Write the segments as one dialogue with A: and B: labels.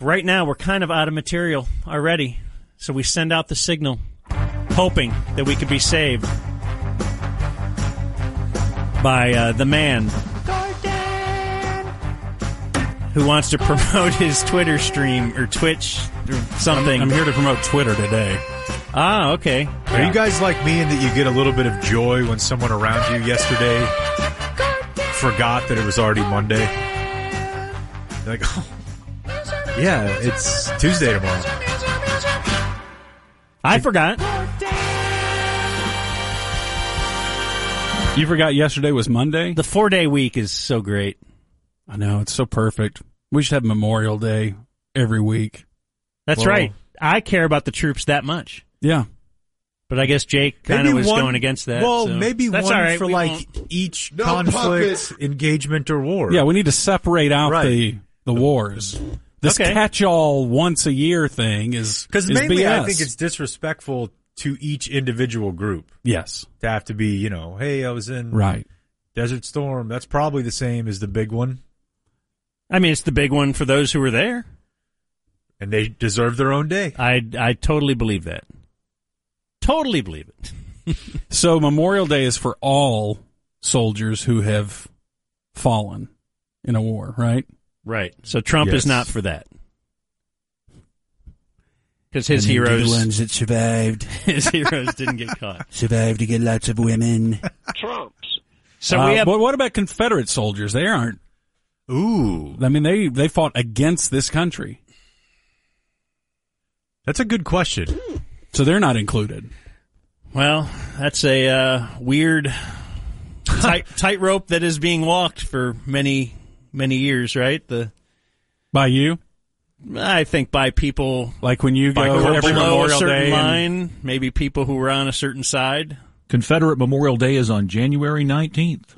A: Right now, we're kind of out of material already, so we send out the signal, hoping that we could be saved by uh, the man who wants to promote his Twitter stream or Twitch or something.
B: I'm here to promote Twitter today.
A: ah, okay.
C: Are you guys like me in that you get a little bit of joy when someone around you yesterday forgot that it was already Monday? Like, oh, yeah, it's Tuesday tomorrow.
A: I forgot.
B: You forgot yesterday was Monday?
A: The four day week is so great.
B: I know, it's so perfect. We should have Memorial Day every week.
A: That's
B: Whoa.
A: right. I care about the troops that much.
B: Yeah.
A: But I guess Jake kind of
C: Maybe
A: was
C: one-
A: going against that.
C: Well,
A: so-
C: maybe
A: That's
C: one
A: all right,
C: for
A: we
C: like
A: won't.
C: each
D: No
C: conflict,
D: puppet.
C: engagement, or war.
B: Yeah, we need to separate out
C: Right.
B: the the wars. This
A: Okay.
B: catch-all once a year thing is
C: because
B: is
C: mainly I
B: BS.
C: think it's disrespectful to each individual group
B: yes,
C: to have to be, you know, hey, I was in
B: right.
C: Desert Storm. That's probably the same as the big one,
A: I mean, it's the big one for those who were there.
C: and they deserve their own day.
A: I I totally believe that. Totally believe it.
B: So Memorial Day is for all soldiers who have fallen in a war, right?
A: Right. So Trump
C: Yes.
A: is not for that. Because his heroes,
B: that survived,
A: his heroes didn't get caught.
B: survived to get lots of women.
D: Trumps.
A: So we have
B: Uh, but what about Confederate soldiers? They aren't.
C: Ooh,
B: I mean, they they fought against this country,
C: that's a good question.
B: so they're not included.
A: Well, that's a uh, weird tight, tightrope that is being walked for many, many years, right? The
B: By you,
A: I think by people
B: like when you
A: who
B: go
A: were
B: every
A: below a
B: Memorial
A: certain
B: Day, and-
A: line, maybe people who were on a certain side.
E: Confederate Memorial Day is on January 19th.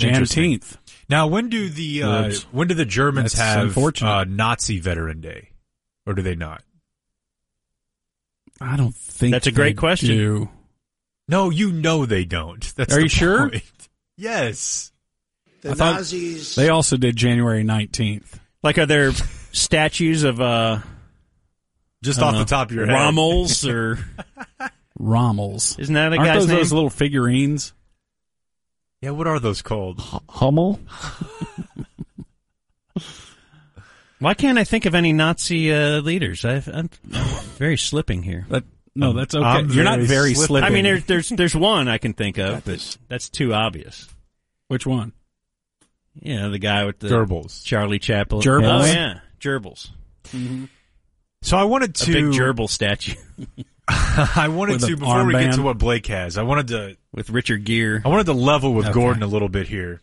C: Interesting.
B: Juneteenth.
C: Now, when do the uh,
E: Oops.
C: when do the Germans
B: That's
C: have
B: unfortunate.
C: uh, Nazi Veteran Day, or do they not?
B: I don't think
A: That's a great
B: they
A: question.
B: do.
C: No, you know they don't. That's
B: Are
C: the
B: you sure?
C: point. Yes.
D: The
B: I thought
D: Nazis.
B: They also did January nineteenth.
A: Like, are there statues of uh,
C: Just
A: I don't
C: off
A: know,
C: the top of your head.
A: Rommels or
B: Rommel's.
A: isn't that a
B: Aren't
A: guy's
B: those
A: name?
B: those little figurines?
C: Yeah, what are those called?
B: Oh,
F: Hummel?
A: Why can't I think of any Nazi uh, leaders? i I'm very slipping here.
B: That no,
C: Um,
B: that's okay.
C: I'm
B: You're not
C: very
B: very
C: slippy.
B: slippy.
A: I mean, there's there's there's one I can think of, but that's too obvious.
B: which one?
A: You know, the guy with the
C: Gerbils.
A: Charlie Chaplin.
B: Gerbils?
A: Oh, yeah. Gerbils.
C: So I wanted
A: A
C: to
A: big gerbil statue
C: I wanted
B: With a
C: to before we get
B: armband.
C: to what Blake has. I wanted to
A: with Richard Gere.
C: I wanted to level with
B: Okay.
C: Gordon a little bit here.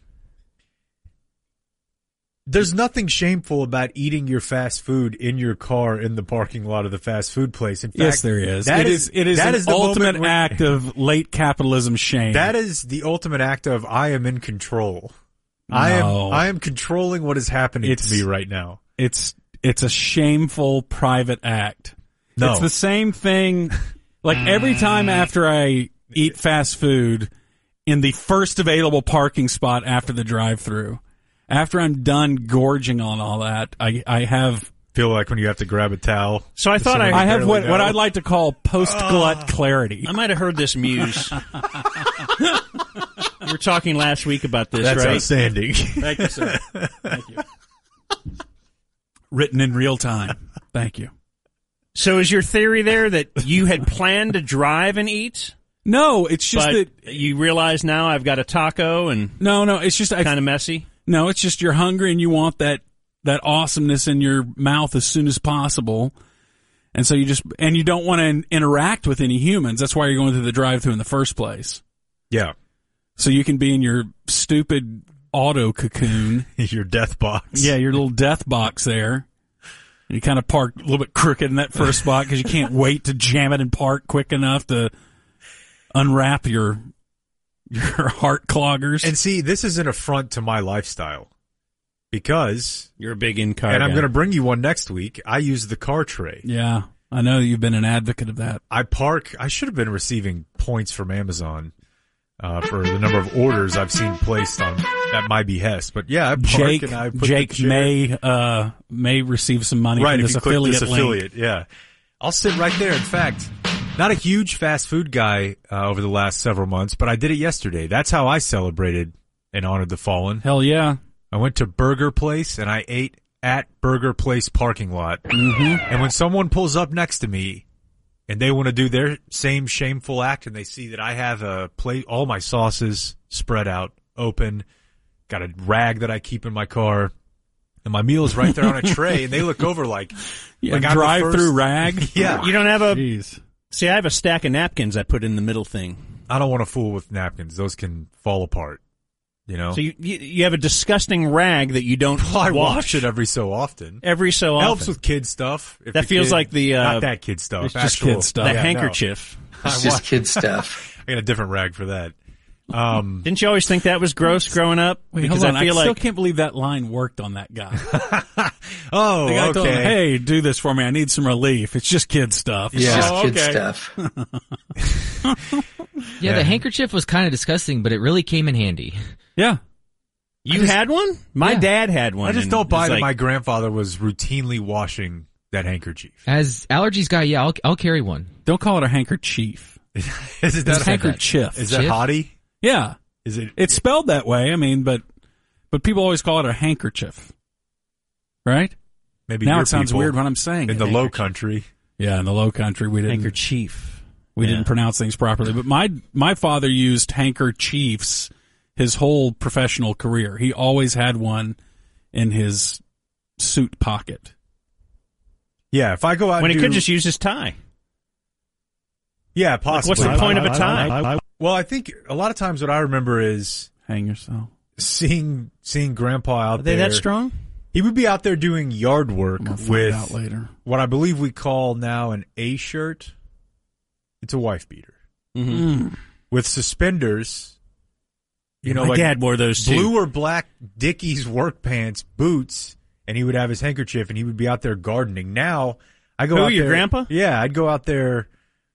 C: There's nothing shameful about eating your fast food in your car in the parking lot of the fast food place. In fact,
B: yes, there is.
C: that
B: It is. It is
C: that
B: an
C: the moment
B: ultimate
C: when-
B: act of late capitalism shame.
C: That is the ultimate act of I am in control. I
B: No.
C: am I am controlling what is happening
B: It's-
C: to me right now.
B: it's it's a shameful private act.
C: No.
B: It's the same thing. Like every time after I eat fast food in the first available parking spot after the drive-through, after I'm done gorging on all that, I I have
C: Feel like when you have to grab a towel.
A: So I thought I,
B: I
A: I,
B: have what
C: barely
B: what
C: know.
B: I'd like to call post glut clarity.
A: might have heard this muse. we were talking last week about this,
C: That's
A: right?
C: outstanding.
A: Thank you, sir.
B: written in real time. Thank you.
A: So is your theory there that you had planned to drive and eat,
B: No, it's just
A: but
B: that
A: you realize now I've got a taco and
B: no, no, it's just I
A: kind of messy?
B: no, it's just you're hungry and you want that that awesomeness in your mouth as soon as possible. And so you just and you don't want to interact with any humans. That's why you're going through the drive-through in the first place.
C: yeah.
B: So you can be in your stupid auto cocoon.
C: Your death box.
B: yeah, your little death box there. And you kind of park a little bit crooked in that first spot because you can't wait to jam it and park quick enough to unwrap your your heart cloggers.
C: And see, this is an affront to my lifestyle. Because
A: You're a big in car.
C: and I'm
A: guy.
C: going to bring you one next week. I use the car tray.
B: yeah, I know you've been an advocate of that.
C: I park. I should have been receiving points from Amazon uh, for the number of orders I've seen placed on at my behest. But yeah, I park
B: Jake
C: and I put the
B: Jake
C: chair-
B: may uh, may receive some money
C: right
B: from
C: if
B: this
C: you click
B: affiliate
C: this
B: link.
C: affiliate. Yeah, I'll sit right there. In fact, not a huge fast food guy uh, over the last several months, but I did it yesterday. That's how I celebrated and honored the fallen.
B: Hell yeah!
C: I went to Burger Place and I ate at Burger Place parking lot.
B: hmm
C: And when someone pulls up next to me and they want to do their same shameful act and they see that I have a plate, all my sauces spread out, open, got a rag that I keep in my car, and my meal's right there on a tray, and they look over like,
B: Yeah,
C: Like, I'm the
B: drive through
C: first-
B: rag.
C: yeah,
A: You don't have a
B: Jeez.
A: see. I have a stack of napkins I put in the middle thing.
C: I don't want to fool with napkins. Those can fall apart, you know?
A: So you you, you have a disgusting rag that you don't
C: Oh. I
A: wash,
C: wash it every so often.
A: every so often.
C: Helps with kid stuff. if
A: That
C: the
A: feels
C: kid-
A: like the, uh,
C: not that kid stuff.
B: it's just
C: actual-
B: kid
A: the
B: stuff. Yeah, no.
A: handkerchief.
D: It's just kid stuff.
C: I got a different rag for that. Um,
A: Didn't you always think that was gross growing up?
B: Wait,
A: because
B: hold on.
A: I feel
B: still
A: like
B: can't believe that line worked on that guy.
C: oh,
B: The guy told
C: okay.
B: him, "Hey, do this for me. I need some relief. It's just kid stuff."
D: It's
C: Yeah.
D: just
B: Oh,
D: kid
B: okay.
D: stuff.
F: Yeah,
C: Yeah.
F: the handkerchief was kind of disgusting, but it really came in handy.
B: Yeah.
A: you had one. My
F: Yeah.
A: dad had one.
C: I just
A: and
C: don't
A: it's
C: buy that
A: like,
C: my grandfather was routinely washing that handkerchief.
F: As allergies guy, yeah, I'll, I'll carry one.
B: Don't call it a handkerchief.
C: is it that
F: It's handker-
B: Handkerchief.
C: Is that
F: Chiff?
C: hottie?
B: Yeah.
C: Is it?
B: It's spelled that way. I mean, but but people always call it a handkerchief, right?
C: Maybe
B: now
C: your
B: it sounds
C: people
B: weird when I'm saying
C: in
B: it.
C: the Low Country.
B: yeah, in the Low Country, we didn't
A: handkerchief.
B: we
A: Yeah.
B: didn't pronounce things properly. But my my father used handkerchiefs his whole professional career. He always had one in his suit pocket.
C: Yeah, if I go out
A: When he
C: and do,
A: could just use his tie.
C: yeah,
A: Like,
C: possibly.
A: what's the point of a tie?
C: well, I think a lot of times what I remember is
B: Hang yourself.
C: seeing seeing Grandpa out
A: Are they
C: there.
A: that strong?
C: He would be out there doing yard work
B: We'll find out
C: with
B: later.
C: what I believe we call now an A shirt. It's a wife beater
A: Mm-hmm.
C: with suspenders. You know,
A: my
C: like
A: dad wore those too.
C: blue or black Dickies work pants, boots, and he would have his handkerchief and he would be out there gardening. Now I go
A: Who,
C: out
A: your
C: there-
A: grandpa?
C: Yeah, I'd go out there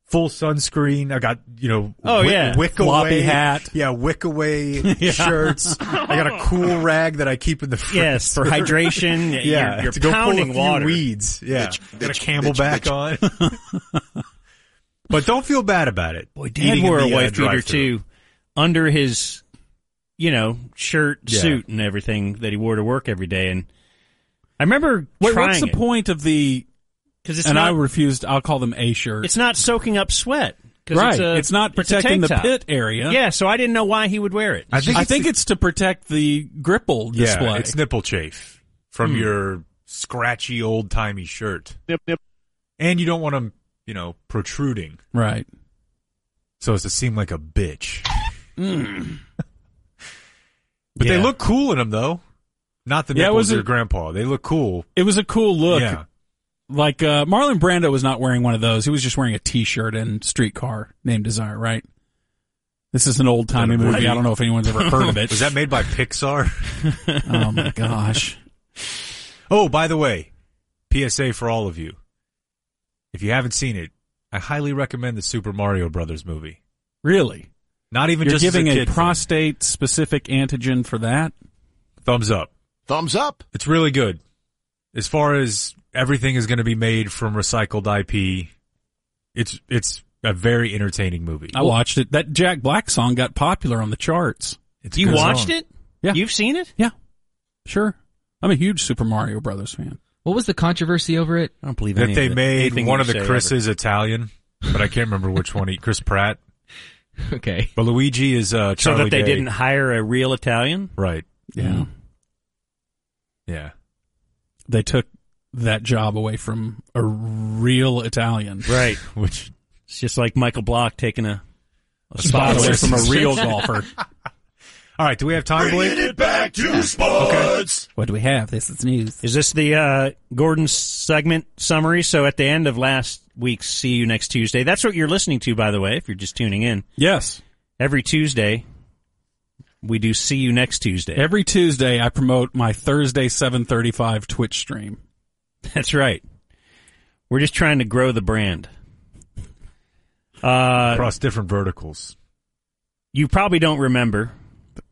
C: full sunscreen. I got, you know,
A: Oh,
C: wick,
A: yeah.
C: wick
B: Floppy
C: away
B: hat.
C: Yeah, wick away shirts. I got a cool rag that I keep in the freezer.
A: Yes, for hydration.
C: Yeah,
A: you're, you're
C: to go
A: pounding
C: pull a few
A: water.
C: weeds. Yeah, got a Campbell back on. but don't feel bad about it.
A: Boy, Dad
C: Eating in
A: wore a
C: the, uh,
A: wife beater
C: drive-thru.
A: too, under his, you know, shirt,
C: Yeah.
A: suit, and everything that he wore to work every day. And I remember
B: Wait,
A: trying
B: what's the point of the?
A: Because it's
B: and I
A: not
B: refused. I'll call them A shirt.
A: it's not soaking up sweat. 'Cause
B: right.
A: It's, a,
B: not
A: it's a tank
B: protecting the
A: top.
B: pit area.
A: Yeah, so I didn't know why he would wear it.
C: I think
B: I
C: it's
B: think it's to protect the gripple
C: Yeah,
B: display. Hmm.
C: it's nipple chafe from your scratchy old timey shirt. Nip nip. And you don't want them, you know, protruding,
B: right.
C: so as to seem like a bitch. but they
A: Yeah.
C: look cool in them, though. Not the
B: Yeah, it
C: nipples
B: was
C: of
B: a-
C: your grandpa. They look cool.
B: It was a cool look.
C: yeah,
B: Like uh, Marlon Brando was not wearing one of those. He was just wearing a T-shirt and streetcar named Desire. Right. This is an old timey
C: Right.
B: movie. I don't know if anyone's ever heard of it.
C: was that made by Pixar?
B: oh my gosh.
C: Oh, by the way, PSA for all of you. If you haven't seen it, I highly recommend the Super Mario Brothers movie.
B: Really?
C: Not even
B: You're
C: just as
B: giving
C: a,
B: a,
C: kid thing.
B: prostate specific antigen for that?
C: thumbs up.
G: Thumbs up.
C: It's really good. As far as everything is going to be made from recycled IP, it's it's a very entertaining movie.
B: I watched it. That Jack Black song got popular on the charts.
C: It's a
A: you
C: good
A: watched
C: song.
A: it?
B: Yeah.
A: You've seen it?
B: Yeah. Sure. I'm a huge Super Mario Brothers fan.
F: What was the controversy over it?
A: I don't believe
C: that they made
A: anything
C: one
A: you
C: of the
A: say
C: Chris's Italian, but I can't remember which one. He, Chris Pratt,
F: Okay.
C: but Luigi is uh,
A: ever. So
C: Charlie
A: that they
C: Day.
A: didn't hire a real Italian?
C: Right?
B: Yeah.
C: Yeah.
B: They took that job away from a real Italian.
A: Right.
C: Which
A: It's just like Michael Block taking a, a
B: Spot
A: spot
B: away
A: away
B: from a real golfer.
C: all right? Do we have time, Blake?
G: back to sports.
B: What do we have? This is news.
A: Is this the uh, Gordon segment summary? So at the end of last week's See You Next Tuesday, that's what you're listening to, by the way, if you're just tuning in.
B: Yes.
A: Every Tuesday, we do See You Next Tuesday.
B: Every Tuesday, I promote my Thursday 735 Twitch stream.
A: that's right. We're just trying to grow the brand. Uh,
C: Across different verticals.
A: you probably don't remember,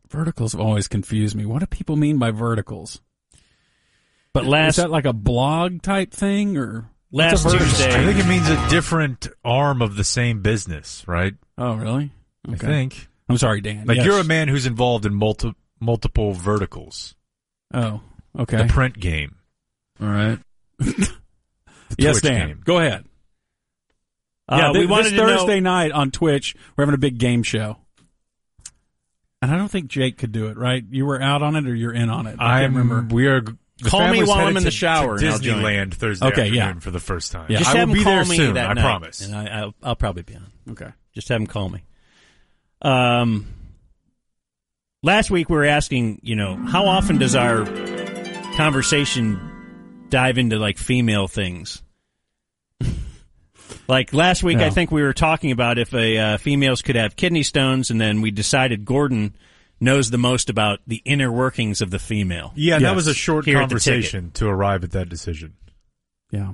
B: Verticals have always confused me. What do people mean by verticals?
A: But last
B: Is that like a blog type thing or?
A: last
B: what's a vertical?
A: Tuesday,
C: I think it means a different arm of the same business, right?
B: Oh, really? Okay.
C: I think.
B: I'm sorry, Dan.
C: Like
B: Yes.
C: you're a man who's involved in multi- multiple verticals.
B: Oh, okay.
C: The print game.
B: All right.
C: The
B: Yes,
C: Twitch
B: Dan.
C: game.
B: Go ahead.
A: uh,
B: yeah,
A: we
B: thi-
A: wanted to
B: this Thursday
A: know.
B: night on Twitch, we're having a big game show. And I don't think Jake could do it, right? You were out on it or you're in on it. I
C: I'm.
B: can't remember.
C: We are. the
A: Call me
C: family's
A: while I'm
C: headed
A: in the
C: to-
A: shower
C: To
A: and I'll join.
C: Disneyland Thursday
B: Okay,
C: afternoon
B: yeah.
C: for the first time.
B: Yeah.
A: Just
C: I will
A: have him
C: be
A: call
C: there
A: me
C: soon.
A: that
C: I
A: night,
C: promise.
A: And I, I'll, I'll probably be on.
B: Okay.
A: Just have him call me. Um, last week we were asking, you know, how often does our conversation dive into like female things? like last week, I
B: Yeah.
A: think we were talking about if a uh, females could have kidney stones, and then we decided Gordon knows the most about the inner workings of the female.
C: Yeah, that
B: Yes.
C: was a short
A: Here at the
C: conversation to arrive at that decision.
B: Yeah.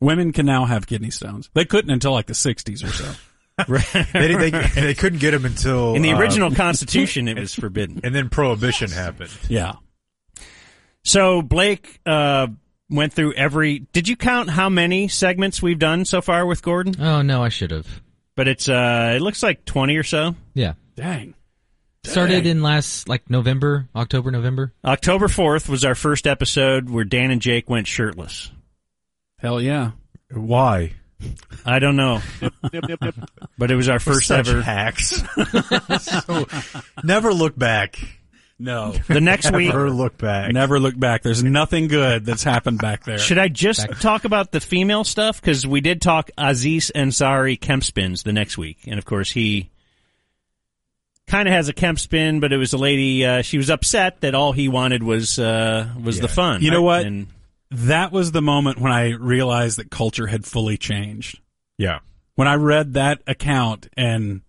B: Women can now have kidney stones. They couldn't until like the 60s or so.
C: They, they, they couldn't get him until
A: In the
C: uh,
A: original Constitution, it was forbidden.
C: and then prohibition happened.
B: yeah.
A: So Blake uh, went through every. Did you count how many segments we've done so far with Gordon?
F: Oh no, I should have.
A: But it's uh, it looks like twenty or so.
F: Yeah,
B: Dang.
F: started in last like November, October, November.
A: October fourth was our first episode where Dan and Jake went shirtless.
B: Hell yeah.
C: Why?
A: I don't know, but it was our first
C: Such
A: ever.
C: hacks. so, never look back.
B: No.
A: The next week,
C: Never look back.
B: Never look back. There's nothing good that's happened back there.
A: should I just talk about the female stuff because we did talk Aziz Ansari Kemp spins the next week, and of course he kind of has a Kemp spin, but it was a lady. Uh, she was upset that all he wanted was uh, was the fun.
B: You know what?
A: And,
B: That was the moment when I realized that culture had fully changed.
C: Yeah.
B: When I read that account and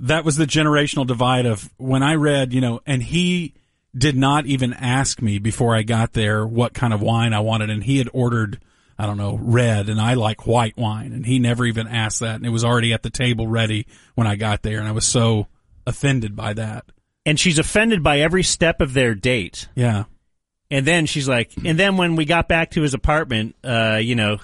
B: that was the generational divide of when I read, you know, and he did not even ask me before I got there what kind of wine I wanted. And he had ordered, I don't know, red and I like white wine. And he never even asked that. And it was already at the table ready when I got there. And I was so offended by that.
A: and she's offended by every step of their date.
B: Yeah.
A: And then she's like,
B: Hmm.
A: and then when we got back to his apartment, uh, you know,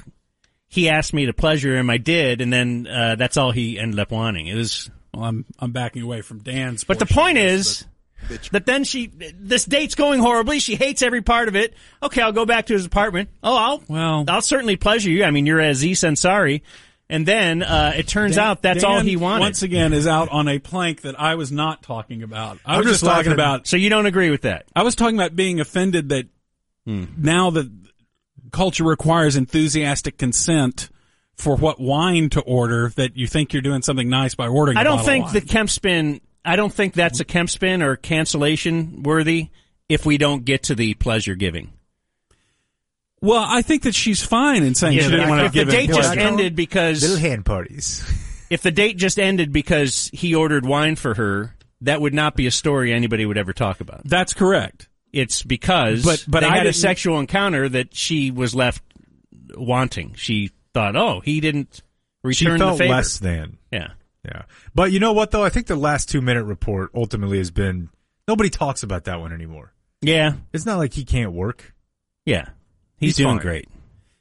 A: he asked me to pleasure him. I did, and then uh, that's all he ended up wanting. It was,
B: Well, I'm, I'm backing away from Dan's.
A: but the point
B: portion of this,
A: is that then she, this date's going horribly. She hates every part of it. Okay, I'll go back to his apartment. Oh, I'll,
B: Well-
A: I'll certainly pleasure you. I mean, you're Aziz Ansari. And then uh, it turns
B: Dan-
A: out that's all
B: Dan,
A: he wanted.
B: Once again, is out on a plank that I was not talking about. I
C: I'm
B: was
C: just
B: just talking
C: talking-
B: about.
A: so you don't agree with that?
B: I was talking about being offended that now that culture requires enthusiastic consent for what wine to order. That you think you're doing something nice by ordering. I
A: I don't think
B: of
A: the
B: wine.
A: Kemp spin. I don't think that's a Kemp spin or cancellation worthy if we don't get to the pleasure giving.
B: Well, I think that she's fine in saying she
A: if
B: didn't want to
A: if the
B: give
A: date
B: it.
A: just
C: pleasure.
A: ended because
C: hand parties.
A: if the date just ended because he ordered wine for her, that would not be a story anybody would ever talk about.
B: That's correct.
A: It's because
B: But- but
A: they
B: I
A: had a
B: didn't-
A: sexual encounter that she was left wanting. She thought, oh, he didn't
C: She
A: return the
C: felt
A: favor.
C: less than.
A: Yeah.
C: Yeah. But you know what though? I think the last two minute report ultimately has been nobody talks about that one anymore.
A: Yeah.
C: It's not like he can't work.
A: Yeah. He's,
C: He's
A: doing
C: fine.
A: great.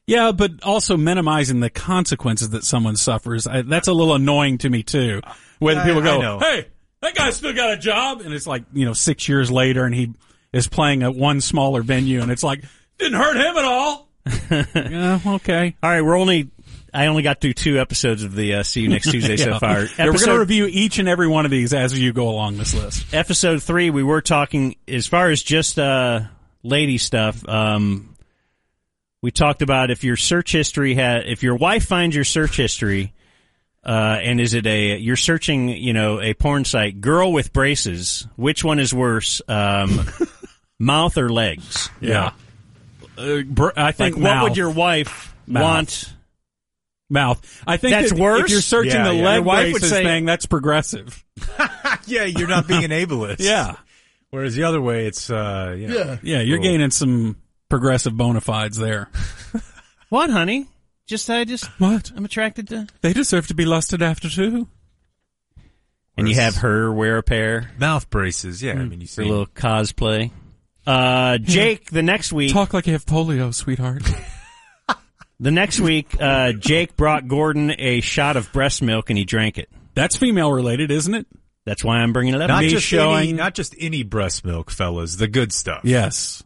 B: Yeah, but also minimizing the consequences that someone suffers. I, that's a little annoying to me too. When
C: I-
B: people
C: I
B: go,
C: know.
B: "Hey, that guy still got a job," and it's like you know, six years later, and he is playing at one smaller venue, and it's like didn't hurt him at all. yeah, okay.
A: All right, we're only. I only got through two episodes of the uh, See You Next Tuesday so
B: Yeah.
A: far.
B: Yeah, we're going to
A: Episode-
B: review each and every one of these as you go along this list.
A: episode three, we were talking as far as just uh, lady stuff. Um, we talked about if your search history had, if your wife finds your search history, uh, and is it a you're searching, you know, a porn site, girl with braces, which one is worse, um, mouth or legs?
B: Yeah. Uh, br- I
A: Like,
B: think
A: what
B: mouth,
A: would your wife
B: Mouth.
A: want?
B: mouth? I think
A: That's
B: that If
A: worse?
B: you're searching
C: Yeah,
B: the
C: yeah.
B: leg
A: Your wife would
B: braces
A: say-
B: thing, that's progressive.
C: Yeah, you're not being an ableist.
B: Yeah.
C: Whereas the other way it's uh you know, yeah.
B: Yeah, you're
C: Cool.
B: gaining some progressive bona fides there.
A: What, honey? Just I just
B: What?
A: I'm attracted to.
B: They deserve to be lusted after too.
A: and you
C: Where's-
A: have her wear a pair
C: Mouth braces. Yeah, I mean, you
A: for
C: see.
A: a little cosplay. Uh, Jake, the next week,
B: Talk like you have polio, sweetheart.
A: the next week, uh, Jake brought Gordon a shot of breast milk and he drank it.
B: That's female related, isn't it?
A: That's why I'm bringing it up.
C: not
B: me
C: just any,
B: showing-
C: not just any breast milk, fellas. The good stuff.
B: Yes.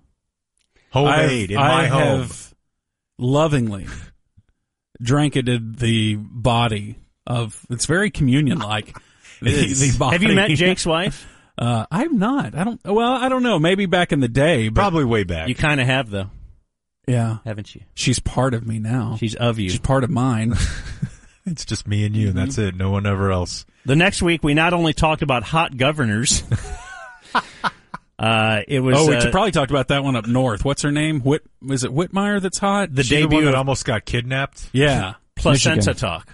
C: homemade
B: I've-
C: in
B: I
C: my home.
B: have lovingly drank it in the body of. It's very communion like.
C: is.
A: have you met Jake's wife?
B: Uh, I'm not. I don't. Well, I don't know. Maybe back in the day, but
C: Probably way back.
A: You kind of have though,
B: yeah,
A: haven't you?
B: she's part of me now.
A: She's of you.
B: She's part of mine.
C: it's just me and you, and that's it. No one ever else.
A: The next week, we not only talked about hot governors. uh, it was
B: oh, we
A: uh,
B: probably talked about that one up north. What's her name? Whit? Is it Whitmire? That's hot.
A: the
C: She the one
A: debut
C: that
A: of
C: almost got kidnapped.
B: yeah.
A: placenta
F: Michigan.
A: talk.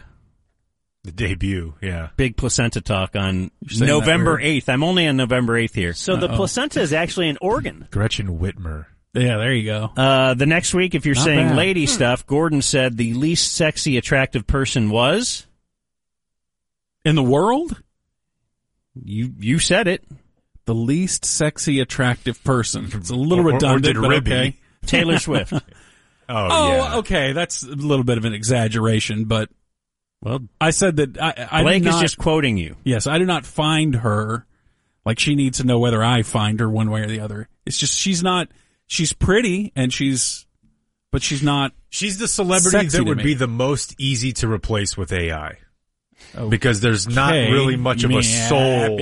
C: The debut. Yeah.
A: Big placenta talk on
B: saying that
A: November
B: weird.
A: eighth. I'm only on November eighth here. So the placenta is actually an organ.
C: Gretchen Whitmer.
B: Yeah. There you go.
A: Uh, the next week, if you're
B: Not
A: saying
B: bad.
A: lady stuff, Gordon said the least sexy attractive person was
B: In the world,
A: you. You said it,
B: the least sexy attractive person. It's a little
C: Or- or- or
B: redundant,
C: did
B: but
C: Ribby.
B: okay.
A: Taylor Swift.
C: Oh,
B: Oh,
C: yeah.
B: okay. That's a little bit of an exaggeration, but
A: Well,
B: I said that I, I
A: Blake
B: do
A: is
B: not-
A: just quoting you.
B: yes. I do not find her. Like she needs to know whether I find her one way or the other. It's just she's not. She's pretty and she's, but she's not.
C: She's the celebrity
B: Sexy
C: that
B: to
C: would
B: me.
C: be the most easy to replace with AI.
B: Okay.
C: Because there's not really much of a soul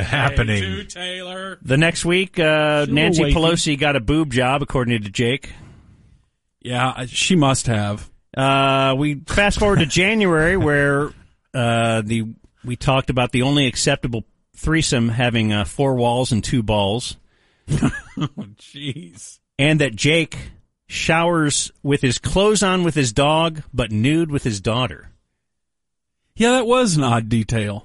C: happening.
B: Taylor.
A: The next week, uh,
B: She'll
A: Nancy
B: awaken.
A: Pelosi got a boob job, according to Jake.
B: Yeah, I- she must have.
A: Uh, we fast forward to January, where uh, the we talked about the only acceptable threesome having uh, four walls and two balls,
B: Oh, jeez.
A: and that Jake showers with his clothes on with his dog, but nude with his daughter.
B: Yeah, that was an odd detail.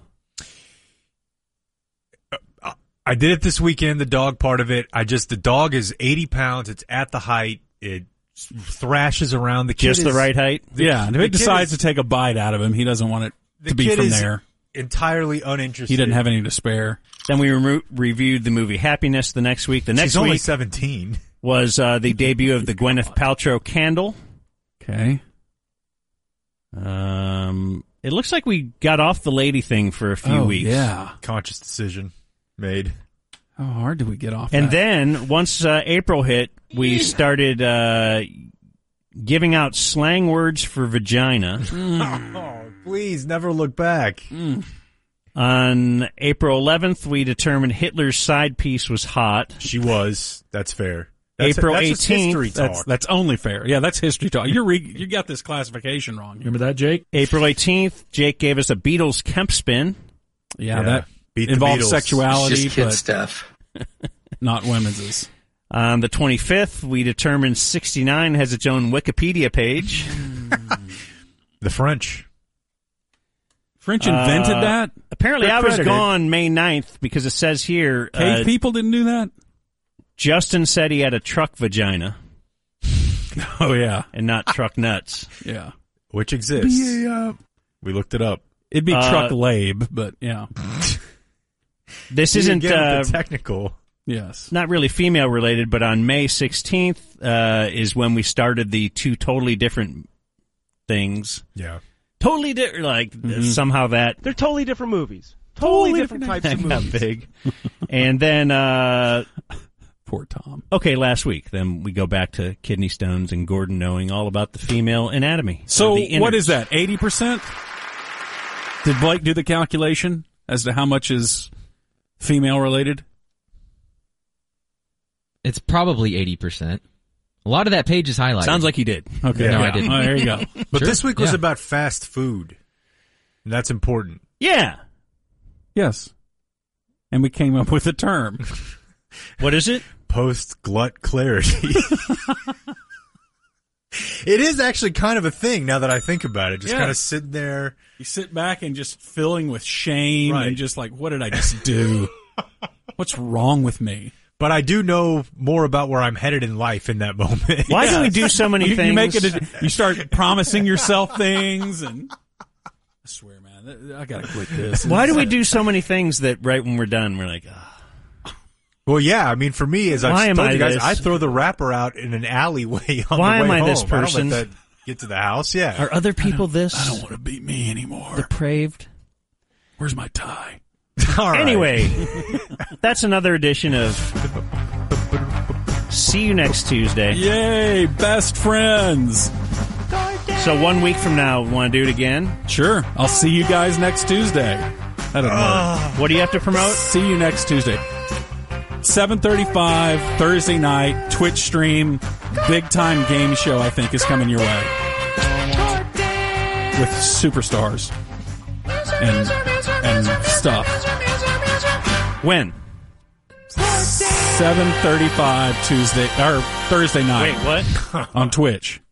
C: I did it this weekend, the dog part of it. I just, the dog is 80 pounds. It's at the height. It thrashes around the kid.
A: Just the
C: is
A: right height.
B: yeah, and if
C: the
B: it
C: kid
B: decides
C: is-
B: to take a bite out of him, he doesn't want it
C: The
B: to be
C: kid
B: from
C: is
B: there.
C: Entirely uninterested.
B: He didn't have any to spare.
A: Then we remo reviewed the movie Happiness the next week. The next
C: She's only
A: week
C: 17.
A: was uh, the debut of the Gwyneth Paltrow candle.
B: Okay.
A: Um, it looks like we got off the lady thing for a few
B: oh,
A: weeks.
B: Yeah.
C: Conscious decision made.
B: How hard do we get off?
A: And
B: that?
A: then once uh, April hit, we started uh, giving out slang words for vagina.
C: Oh, please never look back.
A: On April 11th, we determined Hitler's side piece was hot.
C: She was. That's fair. That's
A: April
C: that's just
A: 18th,
C: history talk.
B: that's that's only fair. Yeah, that's history talk. You re- you got this classification wrong. Remember that, Jake?
A: April 18th, Jake gave us a Beatles Kemp spin.
B: Yeah,
C: Yeah.
B: that
C: Beat the
B: involves
C: Beatles.
D: It's
B: sexuality,
D: just kid
B: but
D: stuff.
B: not women's.
A: On the 25th, we determined 69 has its own Wikipedia page.
C: the French.
B: French invented
A: Uh,
B: that.
A: Apparently,
C: They're
A: I was
C: credited.
A: gone May 9th because it says here
B: Cave
A: uh,
B: people didn't do that.
A: Justin said he had a truck vagina
B: Oh yeah,
A: and not truck nuts.
B: yeah.
C: which exists. We looked it up.
B: It'd be
A: Uh,
B: truck lab, but yeah,
A: This isn't
C: Again,
A: uh,
C: the technical.
B: yes.
A: not really female related, but on May 16th uh, is when we started the two totally different things.
C: Yeah.
A: Totally different, like somehow that
H: They're totally different movies. Totally, different, types of
A: got
H: movies.
A: big. and then, uh,
B: Poor Tom.
A: okay, last week, then we go back to kidney stones and Gordon knowing all about the female anatomy.
B: So
A: Or the inner-
B: what is that? Eighty percent? Did Blake do the calculation as to how much is female related?
F: It's probably eighty percent. A lot of that page is highlighted.
A: Sounds like he did.
B: Okay,
F: No, I
B: yeah.
F: didn't.
B: Oh, there you go.
C: But
F: Sure.
C: this week was
F: Yeah.
C: about fast food. And that's important.
A: Yeah.
B: Yes, and we came up with a term.
A: What is it?
C: Post glut clarity. it is actually kind of a thing now that I think about it. Just
B: Yeah.
C: kind of sitting there.
B: You sit back and just filling with shame
C: Right.
B: and just like, what did I just do? What's wrong with me?
C: But I do know more about where I'm headed in life in that moment.
A: Why do we do so many
B: You,
A: things?
B: you make it. a- you start promising yourself things, and I swear, man, th- I gotta quit this.
A: Why do we do so many things that right when we're done, we're like, "Ah."
C: Well, yeah. I mean, for me, as
A: Why am
C: I've told
A: I
C: you guys,
A: this?
C: I throw the wrapper out in an alleyway on
A: Why
C: the
A: am
C: way
A: I this
C: home. don't let
A: person?
C: that get to the house. Yeah.
A: are other people this
B: I don't want to beat me anymore.
A: depraved?
B: Where's my tie?
C: All right.
A: Anyway, that's another edition of See You Next Tuesday.
B: Yay, best friends.
A: So one week from now, want to do it again?
B: Sure. I'll see you guys next Tuesday. That'll
A: What do you have to
B: work.
A: promote?
B: See you next Tuesday. 7:35 Thursday night Twitch stream big time game show I think is coming your way with superstars and and stuff.
A: When?
B: 7:35 Tuesday or Thursday
A: Wait,
B: night
A: what?
B: on Twitch.